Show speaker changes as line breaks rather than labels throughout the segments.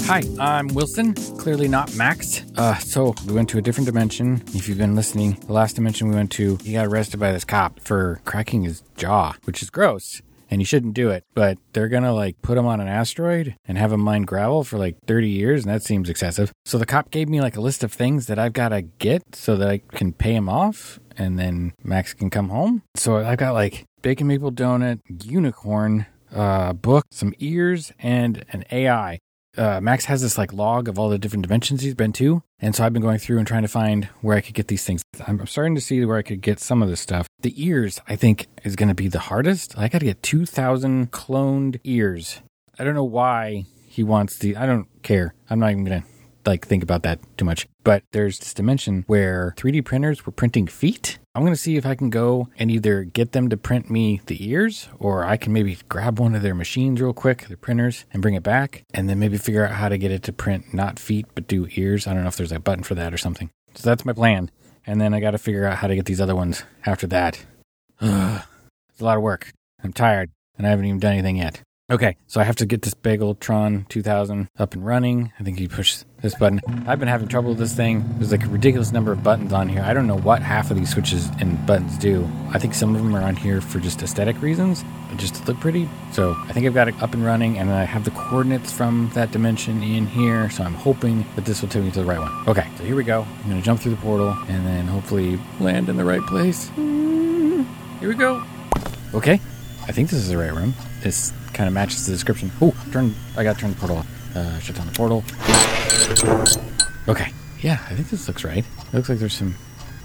Hi, I'm Wilson, clearly not Max. Uh, so we went to a different dimension. If you've been listening, the last dimension we went to, he got arrested by this cop for cracking his jaw, which is gross. And he shouldn't do it, but they're gonna like put him on an asteroid and have him mine gravel for like 30 years, and that seems excessive. So the cop gave me like a list of things that I've gotta get so that I can pay him off, and then Max can come home. So I've got like bacon maple donut, unicorn, uh, book, some ears, and an AI uh, Max has this like log of all the different dimensions he's been to, and so I've been going through and trying to find where I could get these things. I'm I'm starting to see where I could get some of this stuff. The ears, I think, is going to be the hardest. I got to get 2,000 cloned ears. I don't know why he wants the. I don't care. I'm not even going to like think about that too much. But there's this dimension where 3D printers were printing feet. I'm going to see if I can go and either get them to print me the ears or I can maybe grab one of their machines real quick, their printers, and bring it back and then maybe figure out how to get it to print not feet but do ears. I don't know if there's a button for that or something. So that's my plan. And then I got to figure out how to get these other ones after that. Ugh. it's a lot of work. I'm tired and I haven't even done anything yet. Okay, so I have to get this Bageltron 2000 up and running. I think you push this button. I've been having trouble with this thing. There's like a ridiculous number of buttons on here. I don't know what half of these switches and buttons do. I think some of them are on here for just aesthetic reasons, just to look pretty. So I think I've got it up and running, and I have the coordinates from that dimension in here. So I'm hoping that this will take me to the right one. Okay, so here we go. I'm gonna jump through the portal and then hopefully land in the right place. Here we go. Okay, I think this is the right room. This kind of matches the description. Oh, turn! I got to turn the portal off. Uh, shut down the portal. Okay. Yeah, I think this looks right. It looks like there's some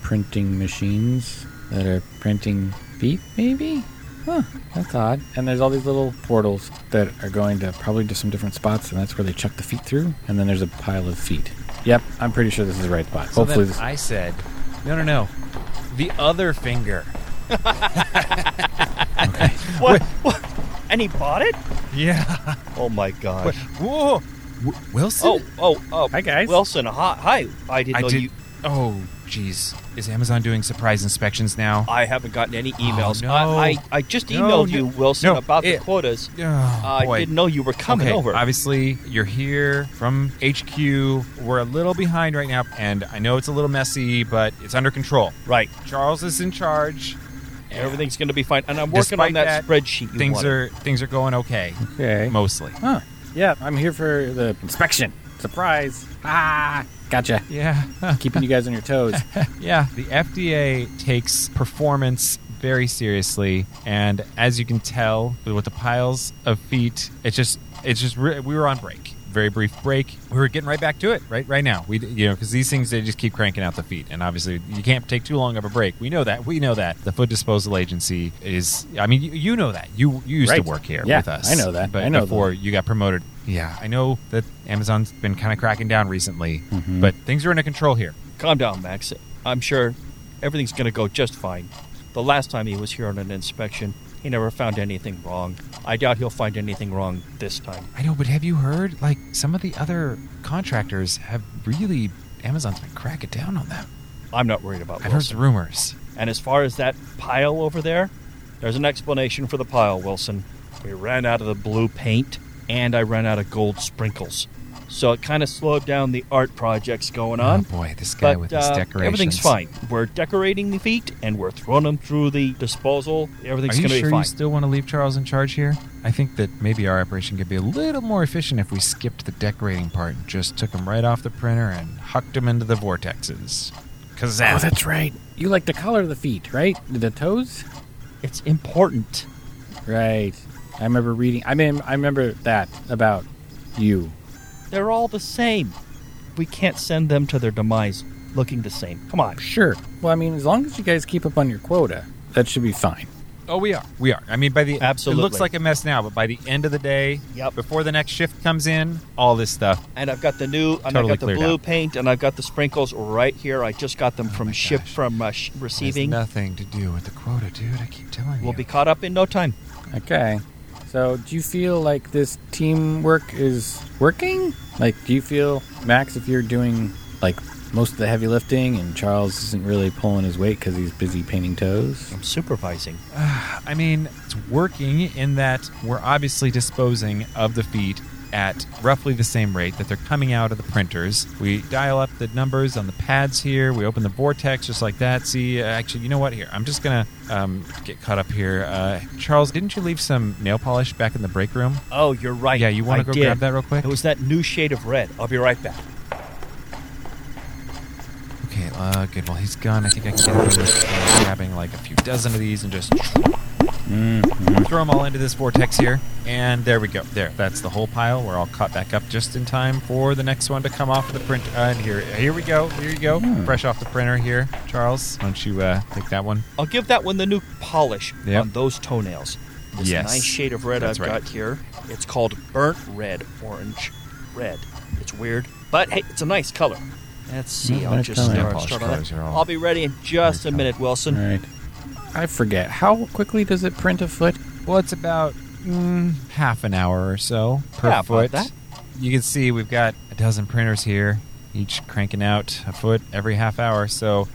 printing machines that are printing feet, maybe? Huh, that's odd. And there's all these little portals that are going to probably to some different spots, and that's where they chuck the feet through. And then there's a pile of feet. Yep, I'm pretty sure this is the right spot.
So
Hopefully,
then
this.
I said, no, no, no, the other finger.
What? what? And he bought it?
Yeah.
Oh my gosh.
Whoa. W- Wilson.
Oh, oh, oh.
Hi, guys.
Wilson, hi. hi. I didn't
I
know
did.
you.
Oh, jeez. Is Amazon doing surprise inspections now?
I haven't gotten any emails.
Oh, no.
I, I, I just
No,
emailed
no,
you, Wilson,
no.
about
It-
the quotas.
Oh,
I
boy.
didn't know you were coming
okay,
over.
Obviously, you're here from HQ. We're a little behind right now, and I know it's a little messy, but it's under control.
right.
Charles is in charge.
Everything's going to be fine. And I'm working
Despite
on
that,
that, spreadsheet. You
Things
wanted.
are things are going okay,
Okay.
mostly.
Huh. Yeah, I'm here for the inspection. Surprise. Ah, gotcha.
Yeah.
Keeping you guys on your toes.
Yeah, the FDA takes performance very seriously, and as you can tell with the piles of feet, it's just it's just re- we were on break, very brief break. We were getting right back to it right right now. We you know because these things they just keep cranking out the feet, and obviously you can't take too long of a break. We know that. We know that the food disposal agency is. I mean, you, you know that you you used to
Right.
work here
Yeah,
with us.
I know that.
But
I know
before you got promoted. Yeah, I know that Amazon's been kind of cracking down recently,
Mm-hmm.
but things are under control here.
Calm down, Max. I'm sure everything's going to go just fine. The last time he was here on an inspection, he never found anything wrong. I doubt he'll find anything wrong this time.
I know, but have you heard? Like some of the other contractors have really Amazon's been cracking down on them.
I'm not worried about
I've heard
Wilson.
the rumors.
And as far as that pile over there, there's an explanation for the pile, Wilson. We ran out of the blue paint, and I ran out of gold sprinkles. So it kind of slowed down the art projects going on.
oh boy, this guy
But
with his
uh,
decorations.
everything's fine. We're decorating the feet, and we're throwing them through the disposal. Everything's
Are you
going to
sure
be fine.
you still want to leave Charles in charge here? I think that maybe our operation could be a little more efficient if we skipped the decorating part and just took him right off the printer and hucked him into the vortexes.
Oh,
Kazam!
that's right. You like the color of the feet, right? The toes?
it's important.
Right. I remember reading. I mean, I remember that about you.
They're all the same. We can't send them to their demise looking the same. Come on.
Sure. Well, I mean, as long as you guys keep up on your quota, that should be fine.
Oh, we are. We are. I mean, by the it
Absolutely.
looks like a mess now, but by the end of the day,
Yep.
before the next shift comes in, all this stuff
and I've got the new, and
Totally
I've got the
cleared
blue
out.
paint, and I've got the sprinkles right here. I just got them from ship
gosh.
from uh, sh-
has
receiving.
nothing to do with the quota, dude. I keep telling you.
We'll be caught up in no time.
Okay. So, do you feel like this teamwork is working? Like, do you feel, Max, if you're doing like most of the heavy lifting and Charles isn't really pulling his weight because he's busy painting toes?
I'm supervising.
I mean, it's working in that we're obviously disposing of the feet at roughly the same rate that they're coming out of the printers. We dial up the numbers on the pads here. We open the vortex just like that. See, uh, actually, you know what? Here, I'm just gonna um, get caught up here. Uh, Charles, didn't you leave some nail polish back in the break room?
Oh, you're right.
Yeah, you wanna
I
go
did.
grab that real quick?
It was that new shade of red. I'll be right back.
Okay, uh, good. Well, he's gone. I think I can get away with uh, grabbing like a few dozen of these and just throw them all into this vortex here. And there we go. There, that's the whole pile. We're all caught back up just in time for the next one to come off of the printer. Uh, and here, here we go. Here you go. Fresh off the printer here, Charles. Why don't you uh, take that one?
I'll give that one the new polish
Yep.
on those toenails. This
Yes.
nice shade of red
That's
I've
right.
got here. It's called burnt red, orange, red. It's weird, but hey, it's a nice color. Let's see.
Yeah,
I'll
nice
just
color.
Yeah,
start,
polished
start on
colors
that.
are all
I'll be ready in just a minute, Wilson.
All right. I forget. How quickly does it print a foot?
Well, it's about mm, half an hour or so per
Yeah, about
foot.
that.
You can see we've got a dozen printers here, each cranking out a foot every half hour. So,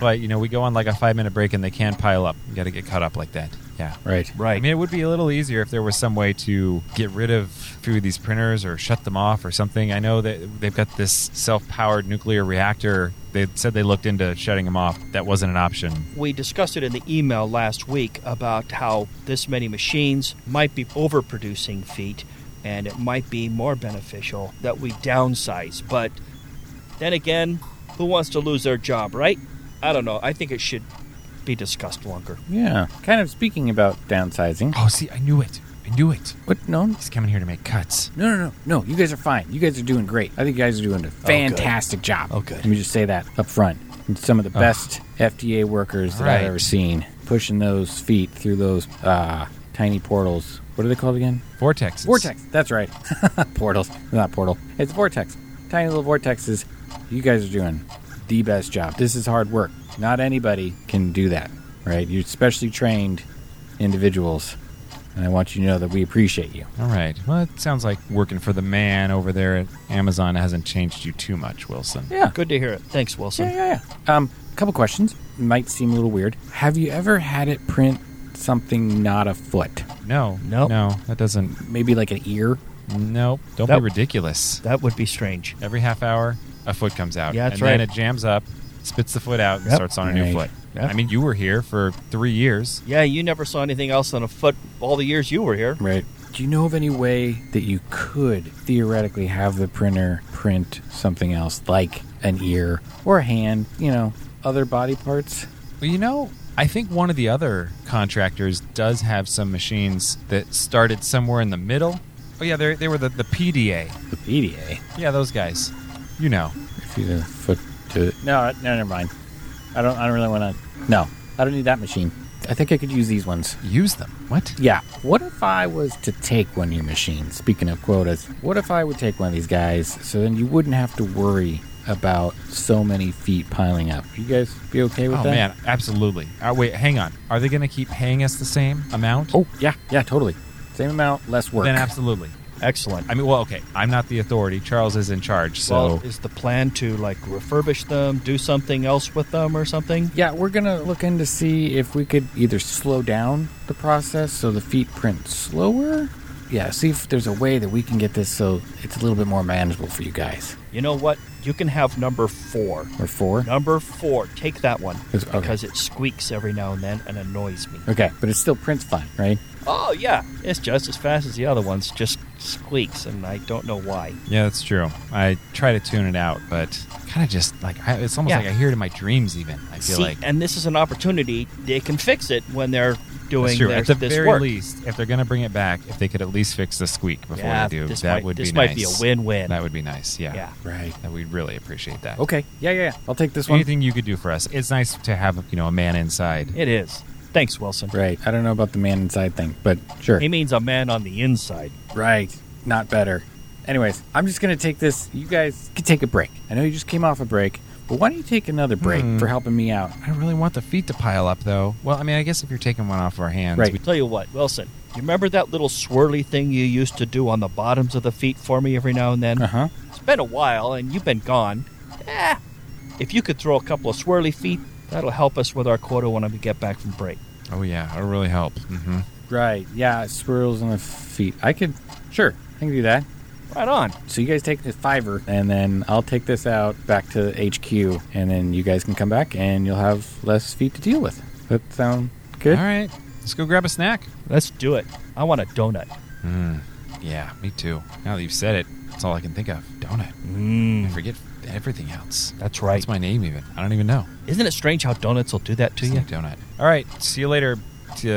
but you know, we go on like a five minute break and they can pile up. You got to get caught up like that. Yeah.
Right.
Right.
I mean, it would be a little easier if there was some way to get rid of a few of these printers or shut them off or something. I know that they've got this self powered nuclear reactor. They said they looked into shutting them off. That wasn't an option.
we discussed it in the email last week about how this many machines might be overproducing feet and it might be more beneficial that we downsize. But then again, who wants to lose their job, right? I don't know. I think it should be discussed longer.
Yeah. Kind of speaking about downsizing.
Oh, see, I knew it. I knew it.
What? No,
He's coming here to make cuts.
No, no, no, no. You guys are fine. You guys are doing great. I think you guys are doing a fantastic job.
Oh, good.
Let me just say that up front. You're Some of the best FDA workers that I've
Right.
ever seen pushing those feet through those uh, tiny portals. What are they called again?
Vortex.
Vortex. That's right. Portals. Not portal. It's vortex. Tiny little vortexes. You guys are doing the best job. This is hard work. Not anybody can do that, right? You're specially trained individuals. And I want you to know that we appreciate you.
All right. Well, it sounds like working for the man over there at Amazon hasn't changed you too much, Wilson.
Yeah.
Good to hear it. Thanks,
Yeah,
Wilson.
yeah, yeah. Um, a couple questions. Might seem a little weird. Have you ever had it print something not a foot?
No.
Nope.
No, that doesn't.
Maybe like an ear?
Nope. Don't
That-
be ridiculous.
That would be strange.
Every half hour, a foot comes out.
Yeah, that's
and
right.
then it jams up, spits the foot out, and
Yep.
starts on a new
Right.
foot.
Yep.
I mean, you were here for three years.
Yeah, you never saw anything else than a foot all the years you were here.
Right. Do you know of any way that you could theoretically have the printer print something else like an ear or a hand, you know, other body parts?
Well, you know, I think one of the other contractors does have some machines that started somewhere in the middle. Oh, yeah, they they were the, the PDA.
The PDA.
Yeah, those guys. You know.
If you have a foot to No, no, never mind. I don't I don't really wanna No. I don't need that machine. I think I could use these ones.
Use them. What?
Yeah. What if I was to take one of your machines? Speaking of quotas, what if I would take one of these guys so then you wouldn't have to worry about so many feet piling up? You guys be okay with
Oh
that?
man, absolutely. Uh, wait, hang on. Are they going to keep paying us the same amount?
Oh, yeah, yeah, totally. Same amount, less work.
then absolutely.
Excellent.
I mean, well, okay. I'm not the authority. Charles is in charge, so
well, is the plan to like refurbish them, do something else with them or something?
yeah, we're going to look in to see if we could either slow down the process so the feet print slower. Yeah, see if there's a way that we can get this so it's a little bit more manageable for you guys.
You know what? You can have number four.
Or four.
Number four, take that one
It's- okay.
because it squeaks every now and then and annoys me.
Okay, but it still prints fine, right?
Oh yeah, it's just as fast as the other ones, just squeaks, and I don't know why.
yeah, that's true. I try to tune it out, but kind of just like I, it's almost
Yeah.
like I hear it in my dreams. Even I feel
See,
like
and this is an opportunity; they can fix it when they're doing
that's true.
their-
At the
this
very
work.
least, if they're going to bring it back, if they could at least fix the squeak before
yeah,
they do,
this
that
might,
would
this
be
might
nice.
be a win-win.
That would be nice. Yeah.
yeah,
Right.
That we'd really appreciate that.
Okay. Yeah, yeah, yeah. I'll take this one.
Anything you could do for us. It's nice to have you know a man inside.
it is. Thanks, Wilson.
Right. I don't know about the man inside thing, but sure.
He means a man on the inside.
Right. Not better. Anyways, I'm just going to take this. You guys can take a break. I know you just came off a break, but why don't you take another break for helping me out?
I really want the feet to pile up, though. Well, I mean, I guess if you're taking one off our hands,
Right.
we-
Tell you what, Wilson. You remember that little swirly thing you used to do on the bottoms of the feet for me every now and then?
Uh huh.
It's been a while and you've been gone. Eh, if you could throw a couple of swirly feet, that'll help us with our quota when we get back from break.
oh yeah, it'll really help. Mm-hmm.
Right. Yeah. Swirls on the feet. I could. Sure. I can do that.
Right on.
So you guys take this fiver, and then I'll take this out back to HQ, and then you guys can come back, and you'll have less feet to deal with. That sound good?
All right, let's go grab a snack.
Let's do it. I want a donut.
Yeah, me too. Now that you've said it, that's all I can think of. Donut. I
Mm.
Mmm.
forget everything else.
That's right.
That's my name even. I don't even know.
Isn't it strange how donuts will do that to
Just
you?
like donut. All right, see you later, to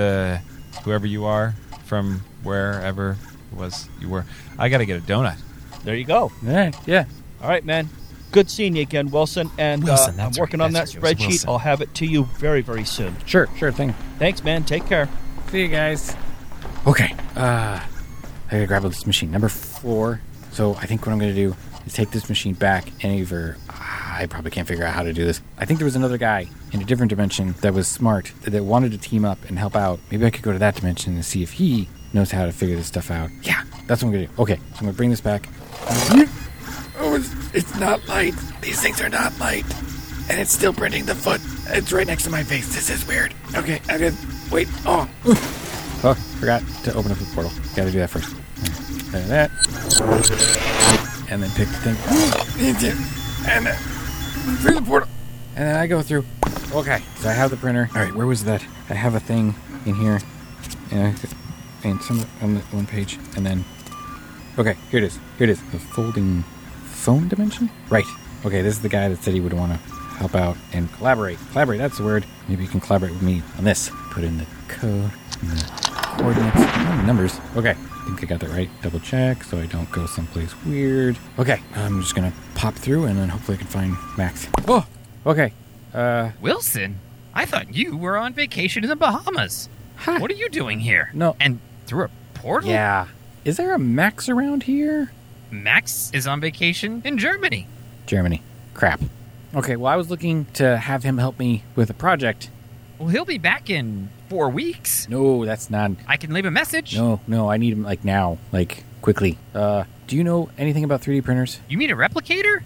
uh, whoever you are from wherever it was you were. I gotta get a donut.
There you go.
All right. Yeah.
All right, man. Good seeing you again, Wilson. And
Wilson,
uh, I'm
that's
working
right,
on that
that's right, it was
spreadsheet.
Wilson.
I'll have it to you very, very soon.
Sure. Sure thing.
Thanks, man. Take care.
See you guys. Okay. Uh, I gotta grab this machine. Number four. So I think what I'm gonna do is take this machine back and either. I probably can't figure out how to do this. I think there was another guy in a different dimension that was smart, that wanted to team up and help out. Maybe I could go to that dimension and see if he knows how to figure this stuff out. Yeah, that's what I'm gonna do. Okay, so I'm gonna bring this back. Oh, it's, it's not light. These things are not light. And it's still printing the foot. It's right next to my face. This is weird. Okay, I gotta wait. Oh. Oh, forgot to open up the portal. Gotta do that first. And that. And then pick the thing. And then through the portal. And then I go through. Okay. So I have the printer. All right, where was that? I have a thing in here. And, I, and some on the one page. And then Okay, here it is. Here it is. The folding phone dimension? Right. Okay, this is the guy that said he would want to help out and collaborate. Collaborate, that's the word. Maybe you can collaborate with me on this. Put in the code and the coordinates and the numbers. Okay, I think I got that right. Double check so I don't go someplace weird. Okay, I'm just going to pop through and then hopefully I can find Max. Oh, okay. Uh,
Wilson, I thought you were on vacation in the Bahamas.
Huh.
What are you doing here?
No.
And through a portal?
yeah. Is there a Max around here?
Max is on vacation in Germany.
Germany. Crap. Okay, well, I was looking to have him help me with a project
Well, he'll be back in four weeks.
No, that's not.
I can leave a message.
No, no, I need him like now, like quickly. Uh, do you know anything about 3D printers?
You mean a replicator?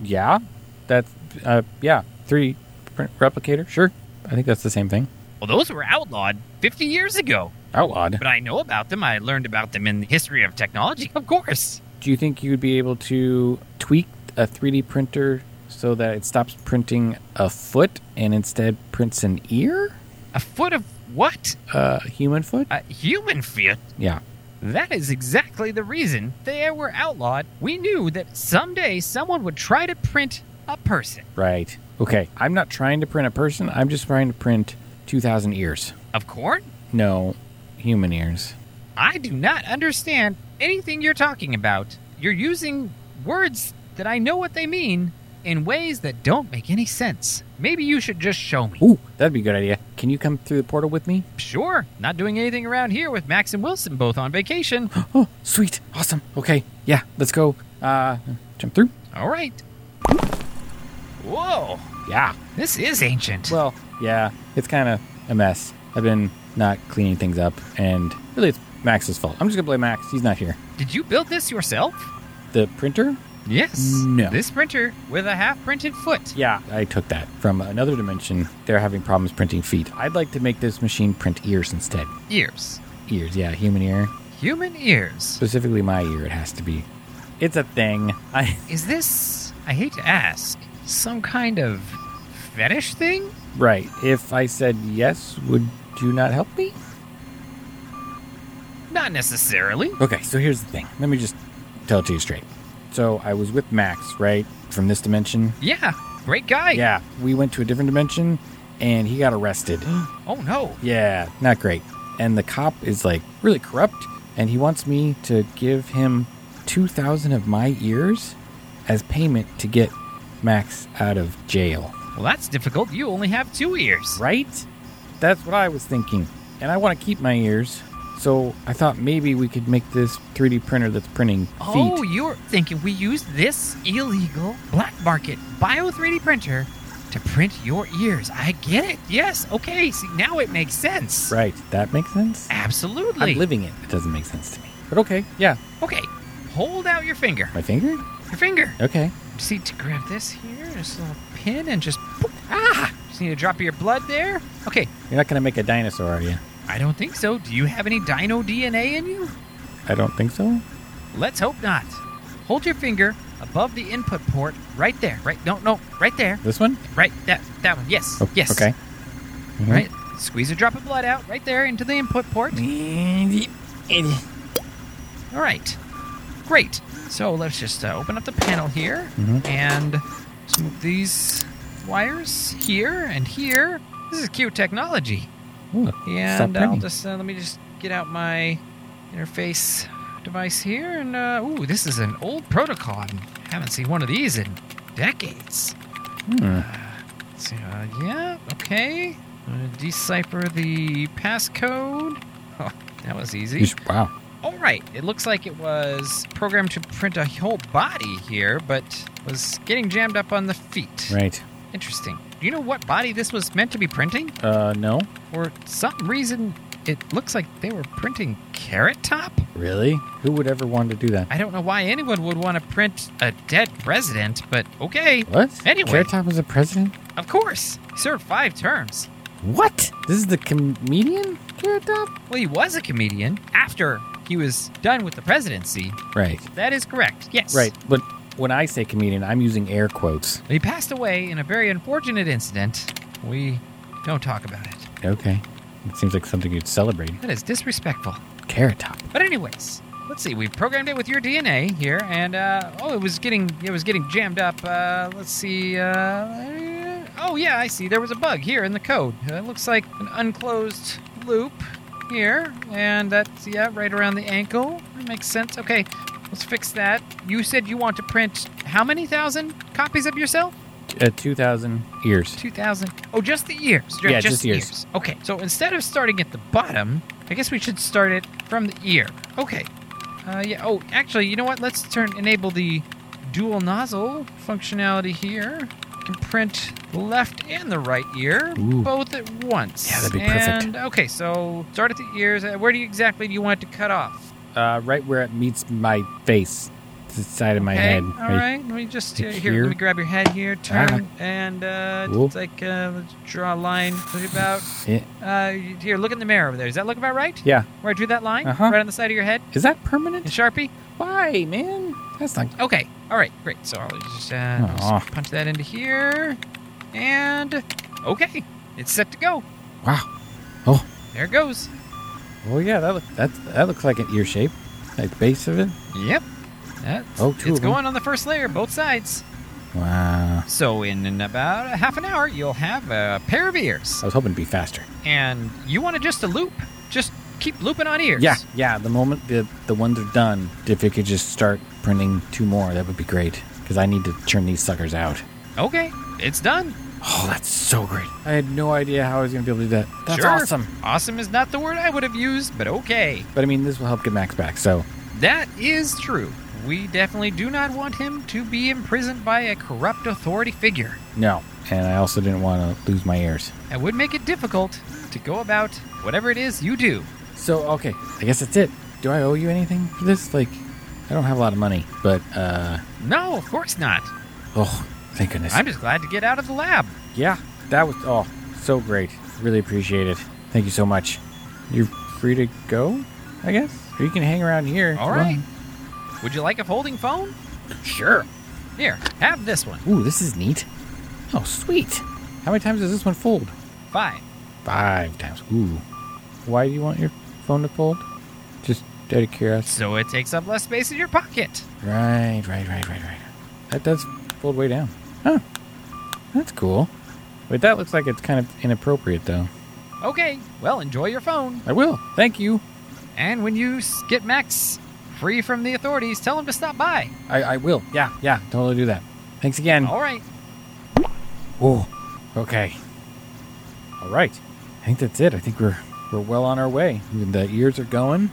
Yeah, that's uh, yeah, 3D print replicator. Sure, I think that's the same thing.
Well, those were outlawed 50 years ago.
Outlawed.
But I know about them. I learned about them in the history of technology, of course.
Do you think you would be able to tweak a 3D printer so that it stops printing a foot and instead prints an ear?
A foot of what?
A human foot?
A human foot?
yeah.
That is exactly the reason they were outlawed. We knew that someday someone would try to print a person.
Right. Okay. I'm not trying to print a person. I'm just trying to print 2,000 ears.
Of corn?
No, human ears.
I do not understand anything you're talking about. You're using words that I know what they mean in ways that don't make any sense. Maybe you should just show me.
Ooh, that'd be a good idea. Can you come through the portal with me?
Sure, not doing anything around here with Max and Wilson both on vacation.
Oh, sweet. Awesome. Okay. Yeah, let's go. Uh, jump through.
All right. Whoa,
Yeah.
this is ancient.
Well, yeah, it's kind of a mess. I've been not cleaning things up, and really it's Max's fault. I'm just going to blame Max. He's not here.
Did you build this yourself?
The printer?
Yes.
No.
This printer with a half printed foot.
Yeah, I took that from another dimension. They're having problems printing feet. I'd like to make this machine print ears instead.
Ears.
Ears, yeah, human ear.
Human ears.
Specifically, my ear, it has to be. It's a thing. I.
Is this, I hate to ask, some kind of fetish thing?
Right. If I said yes, would you not help me?
Not necessarily.
Okay, so here's the thing. Let me just tell it to you straight. So I was with Max, right, from this dimension.
Yeah, great guy.
Yeah, we went to a different dimension, and he got arrested.
Oh no.
yeah, not great. And the cop is like really corrupt, and he wants me to give him two thousand of my ears as payment to get Max out of jail.
Well, that's difficult. You only have two ears.
Right? That's what I was thinking. And I want to keep my ears, so I thought maybe we could make this 3D printer that's printing feet.
Oh, you're thinking we use this illegal black market bio 3D printer to print your ears. I get it. Yes. Okay. See, now it makes sense.
Right. That makes sense?
Absolutely.
I'm living it. It doesn't make sense to me. But okay, yeah.
okay. Hold out your finger.
My finger?
Your finger.
Okay.
See, to grab this here, this little pin, and just. Boop, ah! Just need a drop of your blood there. Okay.
You're not going to make a dinosaur, are you?
I don't think so. Do you have any dino DNA in you?
I don't think so.
Let's hope not. Hold your finger above the input port right there. Right no no right there.
This one?
Right that that one. Yes.
Oh,
yes.
Okay. mm-hmm.
Right? Squeeze a drop of blood out right there into the input port.
Mm-hmm.
All right. Great. So let's just uh, open up the panel here
Mhm.
and just move these wires here and here. This is cute technology.
Ooh,
And
stop
I'll
printing.
just uh, let me just get out my interface device here. And uh, ooh, this is an old protocol. I haven't seen one of these in decades.
Hmm.
So, uh, yeah, okay. Uh, decipher the passcode. Huh, that was easy.
You sh- wow.
All right. It looks like it was programmed to print a whole body here, but was getting jammed up on the feet.
Right.
Interesting. Do you know what body this was meant to be printing?
Uh, no.
For some reason, it looks like they were printing Carrot Top?
Really? Who would ever want to do that?
I don't know why anyone would want to print a dead president, but okay.
What?
Anyway.
Carrot Top was a president?
Of course. He served five terms.
What? This is the comedian Carrot Top?
Well, he was a comedian after he was done with the presidency.
Right.
That is correct. Yes.
Right. But when I say comedian, I'm using air quotes.
He passed away in a very unfortunate incident. We don't talk about it.
Okay. It seems like something you'd celebrate.
That is disrespectful.
Carrot Top.
But anyways, let's see. We've programmed it with your DNA here, and uh, oh, it was getting it was getting jammed up. Uh, let's see. Uh, oh yeah, I see. There was a bug here in the code. Uh, it looks like an unclosed loop here, and that's yeah, right around the ankle. That makes sense. Okay, let's fix that. You said you want to print how many thousand copies of yourself?
Uh, 2,000 ears.
2000. Oh, just the ears.
Yeah, just
the
ears.
Okay. So instead of starting at the bottom, I guess we should start it from the ear. Okay. Uh, yeah. Oh, actually, you know what? Let's turn enable the dual nozzle functionality here. We can print the left and the right ear
Ooh.
both at once.
Yeah, that'd be perfect.
And okay, so start at the ears. Uh, Where do you exactly do you want it to cut off?
Uh, right where it meets my face, to the side of my
okay.
head.
All
Right.
right. Let me just uh,
Like
here.
here? Ah.
Let me grab your head here. Turn and uh,
Cool.
just like uh, let's draw a line. Look about
Yeah.
Uh, here, look in the mirror over there. Does that look about right?
Yeah.
Where I drew that line?
Uh-huh.
Right on the side of your head?
Is that
In
permanent?
Sharpie?
Why, man? That's not.
Okay. All right, great. So I'll just, uh, just
Aw.
punch that into here. And okay, it's set to go.
Wow.
There it goes.
Oh, yeah. That, look, that, that looks like an ear shape. Like base of it.
Yep. That's,
Oh, two
it's
of 'em.
going on the first layer, both sides.
Wow.
So in, in about a half an hour, you'll have a pair of ears.
I was hoping to be faster.
And you want to just a loop? Just keep looping on ears.
Yeah, yeah. The moment the the ones are done, if it could just start printing two more, that would be great. Because I need to churn these suckers out.
Okay, it's done.
Oh, that's so great! I had no idea how I was going to be able to do that. That's
Sure.
awesome.
Awesome is not the word I would have used, but okay.
But I mean, this will help get Max back. So
That is true. We definitely do not want him to be imprisoned by a corrupt authority figure.
no, and I also didn't want to lose my ears.
That would make it difficult to go about whatever it is you do.
So okay, I guess that's it. Do I owe you anything for this? Like, I don't have a lot of money, but uh,
No, of course not.
oh, thank goodness.
I'm just glad to get out of the lab.
Yeah, that was oh so great. Really appreciate it. Thank you so much. You're free to go, I guess. Or you can hang around here. if
All
you
right. Would you like a folding phone? Sure. Here, have this one.
want. Ooh, this is neat. Oh, sweet. How many times does this one fold?
Five.
Five times. Ooh. Why do you want your phone to fold? Just out of curiosity.
So it takes up less space in your pocket.
Right, right, right, right, right. That does fold way down. Huh. That's cool. But that looks like it's kind of inappropriate, though.
Okay, well, enjoy your phone.
I will. Thank you.
And when you s- get Max free from the authorities, tell him to stop by.
I, I will. Yeah, yeah. Totally do that. Thanks again.
All right.
Oh, okay. All right. I think that's it. I think we're we're well on our way. The ears are going,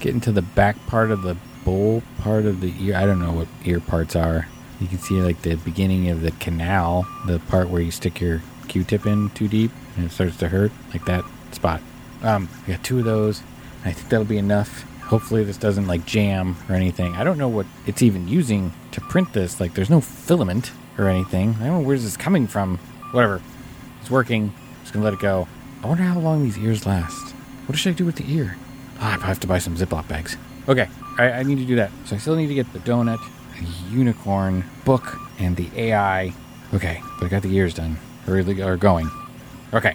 getting to the back part of the bowl part of the ear. I don't know what ear parts are. You can see like the beginning of the canal, the part where you stick your Q-tip in too deep and it starts to hurt, like that spot. Um, we got two of those. I think that'll be enough. Hopefully this doesn't like jam or anything. I don't know what it's even using to print this. Like there's no filament or anything. I don't know where's this coming from. Whatever. It's working. Just gonna let it go. I wonder how long these ears last. What should I do with the ear? Ah, I probably have to buy some Ziploc bags. Okay, I, I need to do that. So I still need to get the donut, the unicorn, book, and the AI. Okay, but I got the ears done. Or, really- or going. Okay,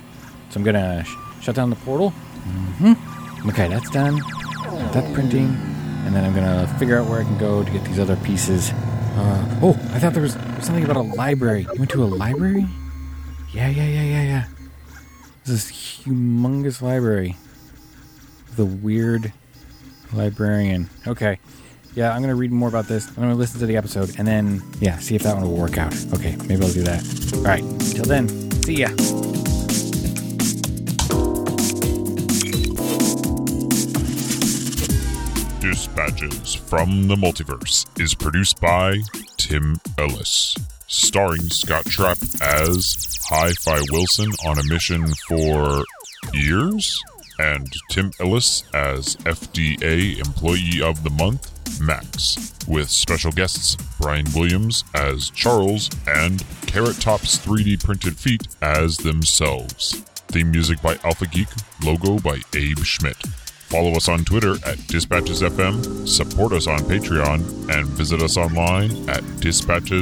so I'm gonna sh- shut down the portal. hmm Okay, that's done. Got that printing, and then I'm gonna figure out where I can go to get these other pieces. Uh, oh, I thought there was something about a library. You went to a library? Yeah, yeah, yeah, yeah, yeah. This is humongous library. The weird librarian. Okay. Yeah, I'm gonna read more about this. I'm gonna listen to the episode and then yeah, see if that one will work out. Okay, maybe I'll do that. All right. Till then, see ya.
Dispatches from the Multiverse is produced by Tim Ellis, starring Scott Trapp as Hi Fi Wilson on a mission for years, and Tim Ellis as FDA Employee of the Month, Max, with special guests Brian Williams as Charles and Carrot Top's 3D printed feet as themselves. Theme music by Alpha Geek, logo by Abe Schmidt. Follow us on Twitter at Dispatches FM, support us on Patreon, and visit us online at dispatches.fm.